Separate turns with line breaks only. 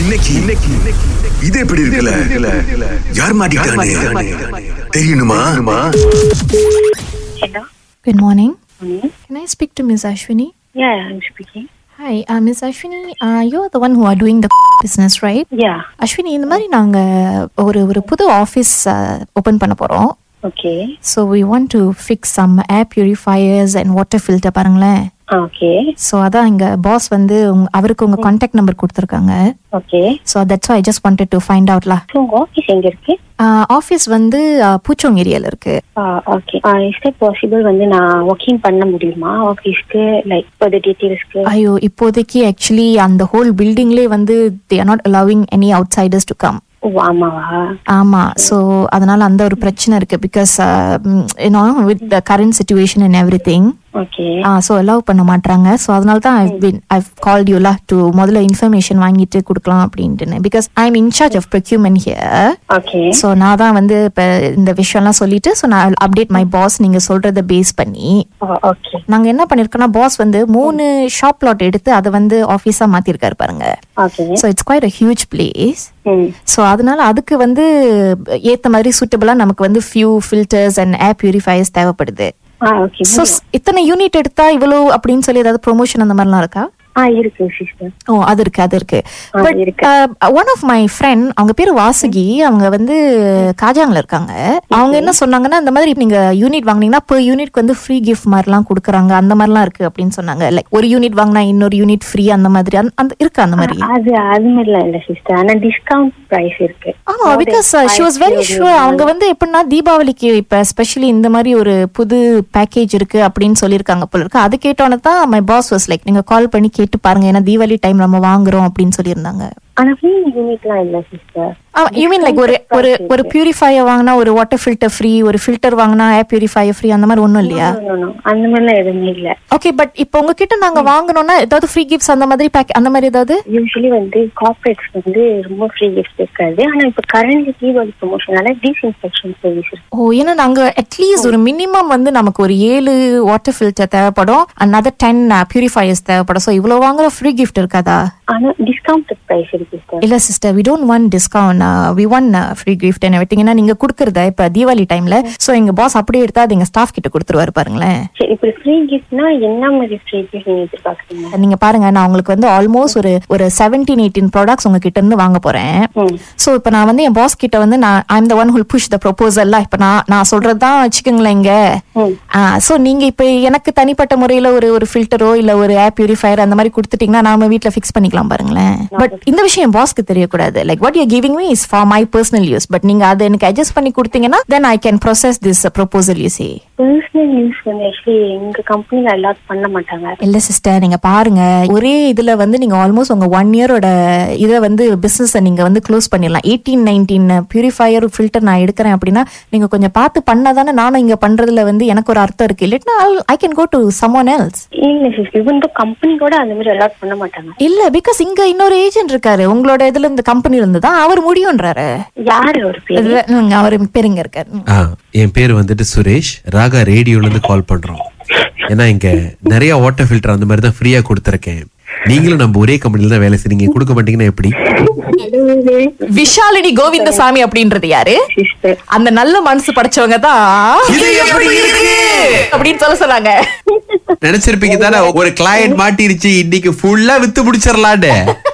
இன்னைக்கு இன்னைக்கு இது எப்படி இருக்குல்ல யார் மாட்டிக்கிட்டானே தெரியணுமா
Hello.
Good morning.
Morning.
Can I speak to Ms. Ashwini?
Yeah, I'm speaking.
Hi, uh, Ms. Ashwini, uh, you're the one who are doing the business, right?
Yeah.
Ashwini இந்த மாதிரி நாங்கள் ஒரு ஒரு புது ஆஃபீஸ் ஓப்பன் பண்ண போகிறோம்
Okay.
So we want to fix some air purifiers and water filter பாருங்களேன்
Ah, Okay.
So அதான் எங்கள் பாஸ் வந்து உங்க- அவருக்கு உங்கள் காண்டாக்ட் நம்பர் கொடுத்துருக்காங்க
Okay.
So that's I just wanted to find அவுட்லா
So, உங்க ஆஃபீஸ் எங்க இருக்கு
ஆஃபீஸ் வந்து uh, பூச்சோங் ஏரியாவில் இருக்குது
ஓகே இஸ் இட் பாசிபிள் வந்து நான் ஒர்க்கிங் பண்ண முடியுமா ஆஃபீஸ்க்கு லைக் இப்போ டீட்டெயில்ஸ்க்கு
ஐயோ இப்போதைக்கு ஆக்சுவலி அந்த ஹோல் பில்டிங்லே வந்து they are not allowing any outsiders to come
ஓ ஆமாவா
ஆமா ஸோ அதனால அந்த ஒரு பிரச்சனை இருக்கு uh, because you know with the current situation and everything
okay
so allow uh, பண்ண மாட்டாங்க ஸோ அதனால தான் ஐவ் பின் ஐவ் கால் யூலா டு முதல்ல இன்ஃபர்மேஷன் வாங்கிட்டு கொடுக்கலாம் அப்படின்ட்டுன்னு because I am incharge of procurement here
okay
so நான் தான் வந்து இப்போ இந்த விஷயம்லாம் சொல்லிட்டு ஸோ நான் அப்டேட் மை பாஸ் நீங்கள் சொல்கிறத பேஸ் பண்ணி
ஓகே
நாங்கள் என்ன பண்ணியிருக்கோம்னா பாஸ் வந்து மூணு ஷாப் லாட் எடுத்து அதை வந்து ஆஃபீஸாக மாற்றிருக்காரு பாருங்க
okay
so it's quite a huge place
ம்
ஸோ அதனால அதுக்கு வந்து ஏற்ற மாதிரி சூட்டபிளாக நமக்கு வந்து few filters and air purifiers தேவைப்படுது
ஆ ஓகே
ஸோ இத்தனை யூனிட் எடுத்தா இவ்வளோ அப்படின்னு சொல்லி ஏதாவது ப்ரொமோஷன் அந்த மாதிரிலாம் இருக்கா
ஆ இருக்கு சிஸ்டர்
ஓ அது இருக்கு அது இருக்கு
ஆ,
பட்
இருக்கு.
ஒன் ஆஃப் மை ஃப்ரெண்ட் அவங்க பேர் வாசுகி அவங்க வந்து காஜாங்ல இருக்காங்க அவங்க என்ன சொன்னாங்கன்னா இந்த மாதிரி நீங்க யூனிட் வாங்குனீங்கன்னா per யூனிட்க்கு வந்து ஃப்ரீ கிஃப்ட் மாதிரிலாம் கொடுக்குறாங்க அந்த மாதிரிலாம் இருக்கு அப்படின்னு சொன்னாங்க லைக் ஒரு யூனிட் வாங்கினா இன்னொரு யூனிட் ஃப்ரீ அந்த மாதிரி அந்த- அந்த இருக்கு அந்த மாதிரி
அது அது மாதிரிலாம் இல்லை சிஸ்டர் ஆனா டிஸ்கவுண்ட் ப்ரைஸ் இருக்கு
ஆமா uh, because she was very sure அவங்க வந்து எப்படின்னா தீபாவளிக்கு இப்ப ஸ்பெஷலி இந்த மாதிரி ஒரு புது பேக்கேஜ் இருக்கு அப்படின்னு சொல்லியிருக்காங்க போல இருக்கு அது கேட்டோன்னே தான் மை பாஸ் வாஸ் லைக் நீங்க கால் பண்ணி கேட்டு பாருங்க ஏன்னா தீபாவளி டைம் நம்ம வாங்குறோம் அப்படின்னு சொல்லியிருந்தாங்க
ஆனா ஃப்ரீ யூனிட்லாம் இல்லை சிஸ்டர்
யூ மீன் லைக் ஒரு ஒரு ஒரு பியூரிஃபையர் வாங்கினா ஒரு வாட்டர் ஃபில்டர் ஃப்ரீ ஒரு ஃபில்டர் வாங்கினா ஏர் பியூரிஃபையர் ஃப்ரீ அந்த மாதிரி ஒன்றும் இல்லையா
அந்த மாதிரிலாம் எதுவுமே இல்லை
ஓகே பட் இப்போ உங்ககிட்ட நாங்க வாங்கணும்னா ஏதாவது ஃப்ரீ கிஃப்ட்ஸ் அந்த மாதிரி பேக் அந்த மாதிரி ஏதாவது
யூஸ்வலி வந்து கார்பரேட்ஸ் வந்து ரொம்ப ஃப்ரீ கிஃப்ட் இருக்காது ஆனா இப்போ கரண்ட் தீபாவளி ப்ரொமோஷனால டிஸ்இன்ஃபெக்ஷன் சர்வீஸ் இருக்கு
ஓ ஏன்னா நாங்க அட்லீஸ்ட் ஒரு மினிமம் வந்து நமக்கு ஒரு ஏழு வாட்டர் ஃபில்டர் தேவைப்படும் another டென் பியூரிஃபையர்ஸ் தேவைப்படும் ஸோ இவ்வளோ வாங்குற ஃப்ரீ கிஃப்ட் இருக்காதா
ஆனா டிஸ்கவுண்ட் ப்ரைஸ் இருக்கு சார்
இல்ல sister we don't want discount we want free gift என்ன விட்டீங்கன்னா நீங்க கொடுக்கறத இப்ப தீபாவளி டைம்ல ஸோ எங்க பாஸ் அப்படியே எடுத்தா அது எங்க ஸ்டாஃப் கிட்ட கொடுத்துருவாரு பாருங்களேன்
சரி இப்படி ஃப்ரீ கிஃப்ட்னா என்ன மாதிரி ஃப்ரீ கிஃப்ட் நீங்க எதிர்பார்க்குறீங்க
நீங்க பாருங்க நான் உங்களுக்கு வந்து ஆல்மோஸ்ட் ஒரு ஒரு செவன்டீன் எயிட்டீன் ப்ராடக்ட்ஸ் உங்ககிட்ட இருந்து வாங்க போறேன்
ம்
ஸோ இப்போ நான் வந்து என் பாஸ் கிட்ட வந்து நான் I'm the one who'll push the ப்ரொபோசல்லாம் இப்போ நான் நான் சொல்றது தான் வச்சுக்கோங்களேன் இங்க
ம்.
ஸோ நீங்க இப்போ எனக்கு தனிப்பட்ட முறையில் ஒரு ஒரு ஃபில்டரோ இல்லை ஒரு ஏர் பியூரிஃபயர் அந்த மாதிரி கொடுத்துட்டீங்கன்னா நாம வீட்டில் ஃபிக்ஸ் பண்ணிக்கலாம் பாருங்களேன் பட் இந்த விஷயம் என் பாஸ்க்கு தெரியக்கூடாது like what you giving me is for my personal use but நீங்க அதை எனக்கு அட்ஜஸ்ட் பண்ணி கொடுத்தீங்கன்னா then I can process this proposal you say
personal use வந்து ஆக்சுவலி எங்க கம்பெனில அலாட் பண்ண மாட்டாங்க
இல்ல சிஸ்டர் நீங்க பாருங்க ஒரே இதுல வந்து நீங்க ஆல்மோஸ்ட் உங்க ஒன் இயரோட இதை வந்து பிசினஸ் நீங்க வந்து க்ளோஸ் பண்ணிடலாம் எயிட்டீன் நைன்டீன் பியூரிஃபையர் ஃபில்டர் நான் எடுக்கிறேன் அப்படின்னா நீங்க கொஞ்சம் பார்த்து பண்ணாதானே நானும் இங்க பண்றதுல வந்து எனக்கு ஒரு அர்த்தம் இருக்கு இல்லட்னா I can go to someone else
இல்ல சிஸ் இவன் கம்பெனி கூட அந்த மாதிரி அலாட் பண்ண மாட்டாங்க
இல்ல பிகாஸ் இங்க இன்னொரு ஏஜென்ட் இருக்காரு உங்களோட இதுல இந்த கம்பெனில இருந்து தான் அவர் முடியும்ன்றாரு
யார் ஒரு பேர்
இதுல, ம், அவர் பெருங்க இருக்காரு ம்.
ஆ என் பேர் வந்துட்டு சுரேஷ் ராகா ரேடியோலேருந்து கால் பண்ணுறோம் ஏன்னா இங்கே நிறைய வாட்டர் ஃபில்டர் அந்த மாதிரி தான் ஃப்ரீயாக கொடுத்துருக்கேன் நீங்களும் நம்ம ஒரே கம்பெனியில் தான் வேலை செய்றீங்க கொடுக்க மாட்டீங்கன்னா எப்படி
விஷாலினி கோவிந்தசாமி அப்படின்றது யாரு
சிஸ்டர்
அந்த நல்ல மனசு படைச்சவங்க தான் அப்படின்னு சொல்ல சொன்னாங்க
நினைச்சிருப்பீங்க தானே ஒரு கிளையண்ட் மாட்டிருச்சு இன்னைக்கு ஃபுல்லா வித்து முடிச்சிடலான்னு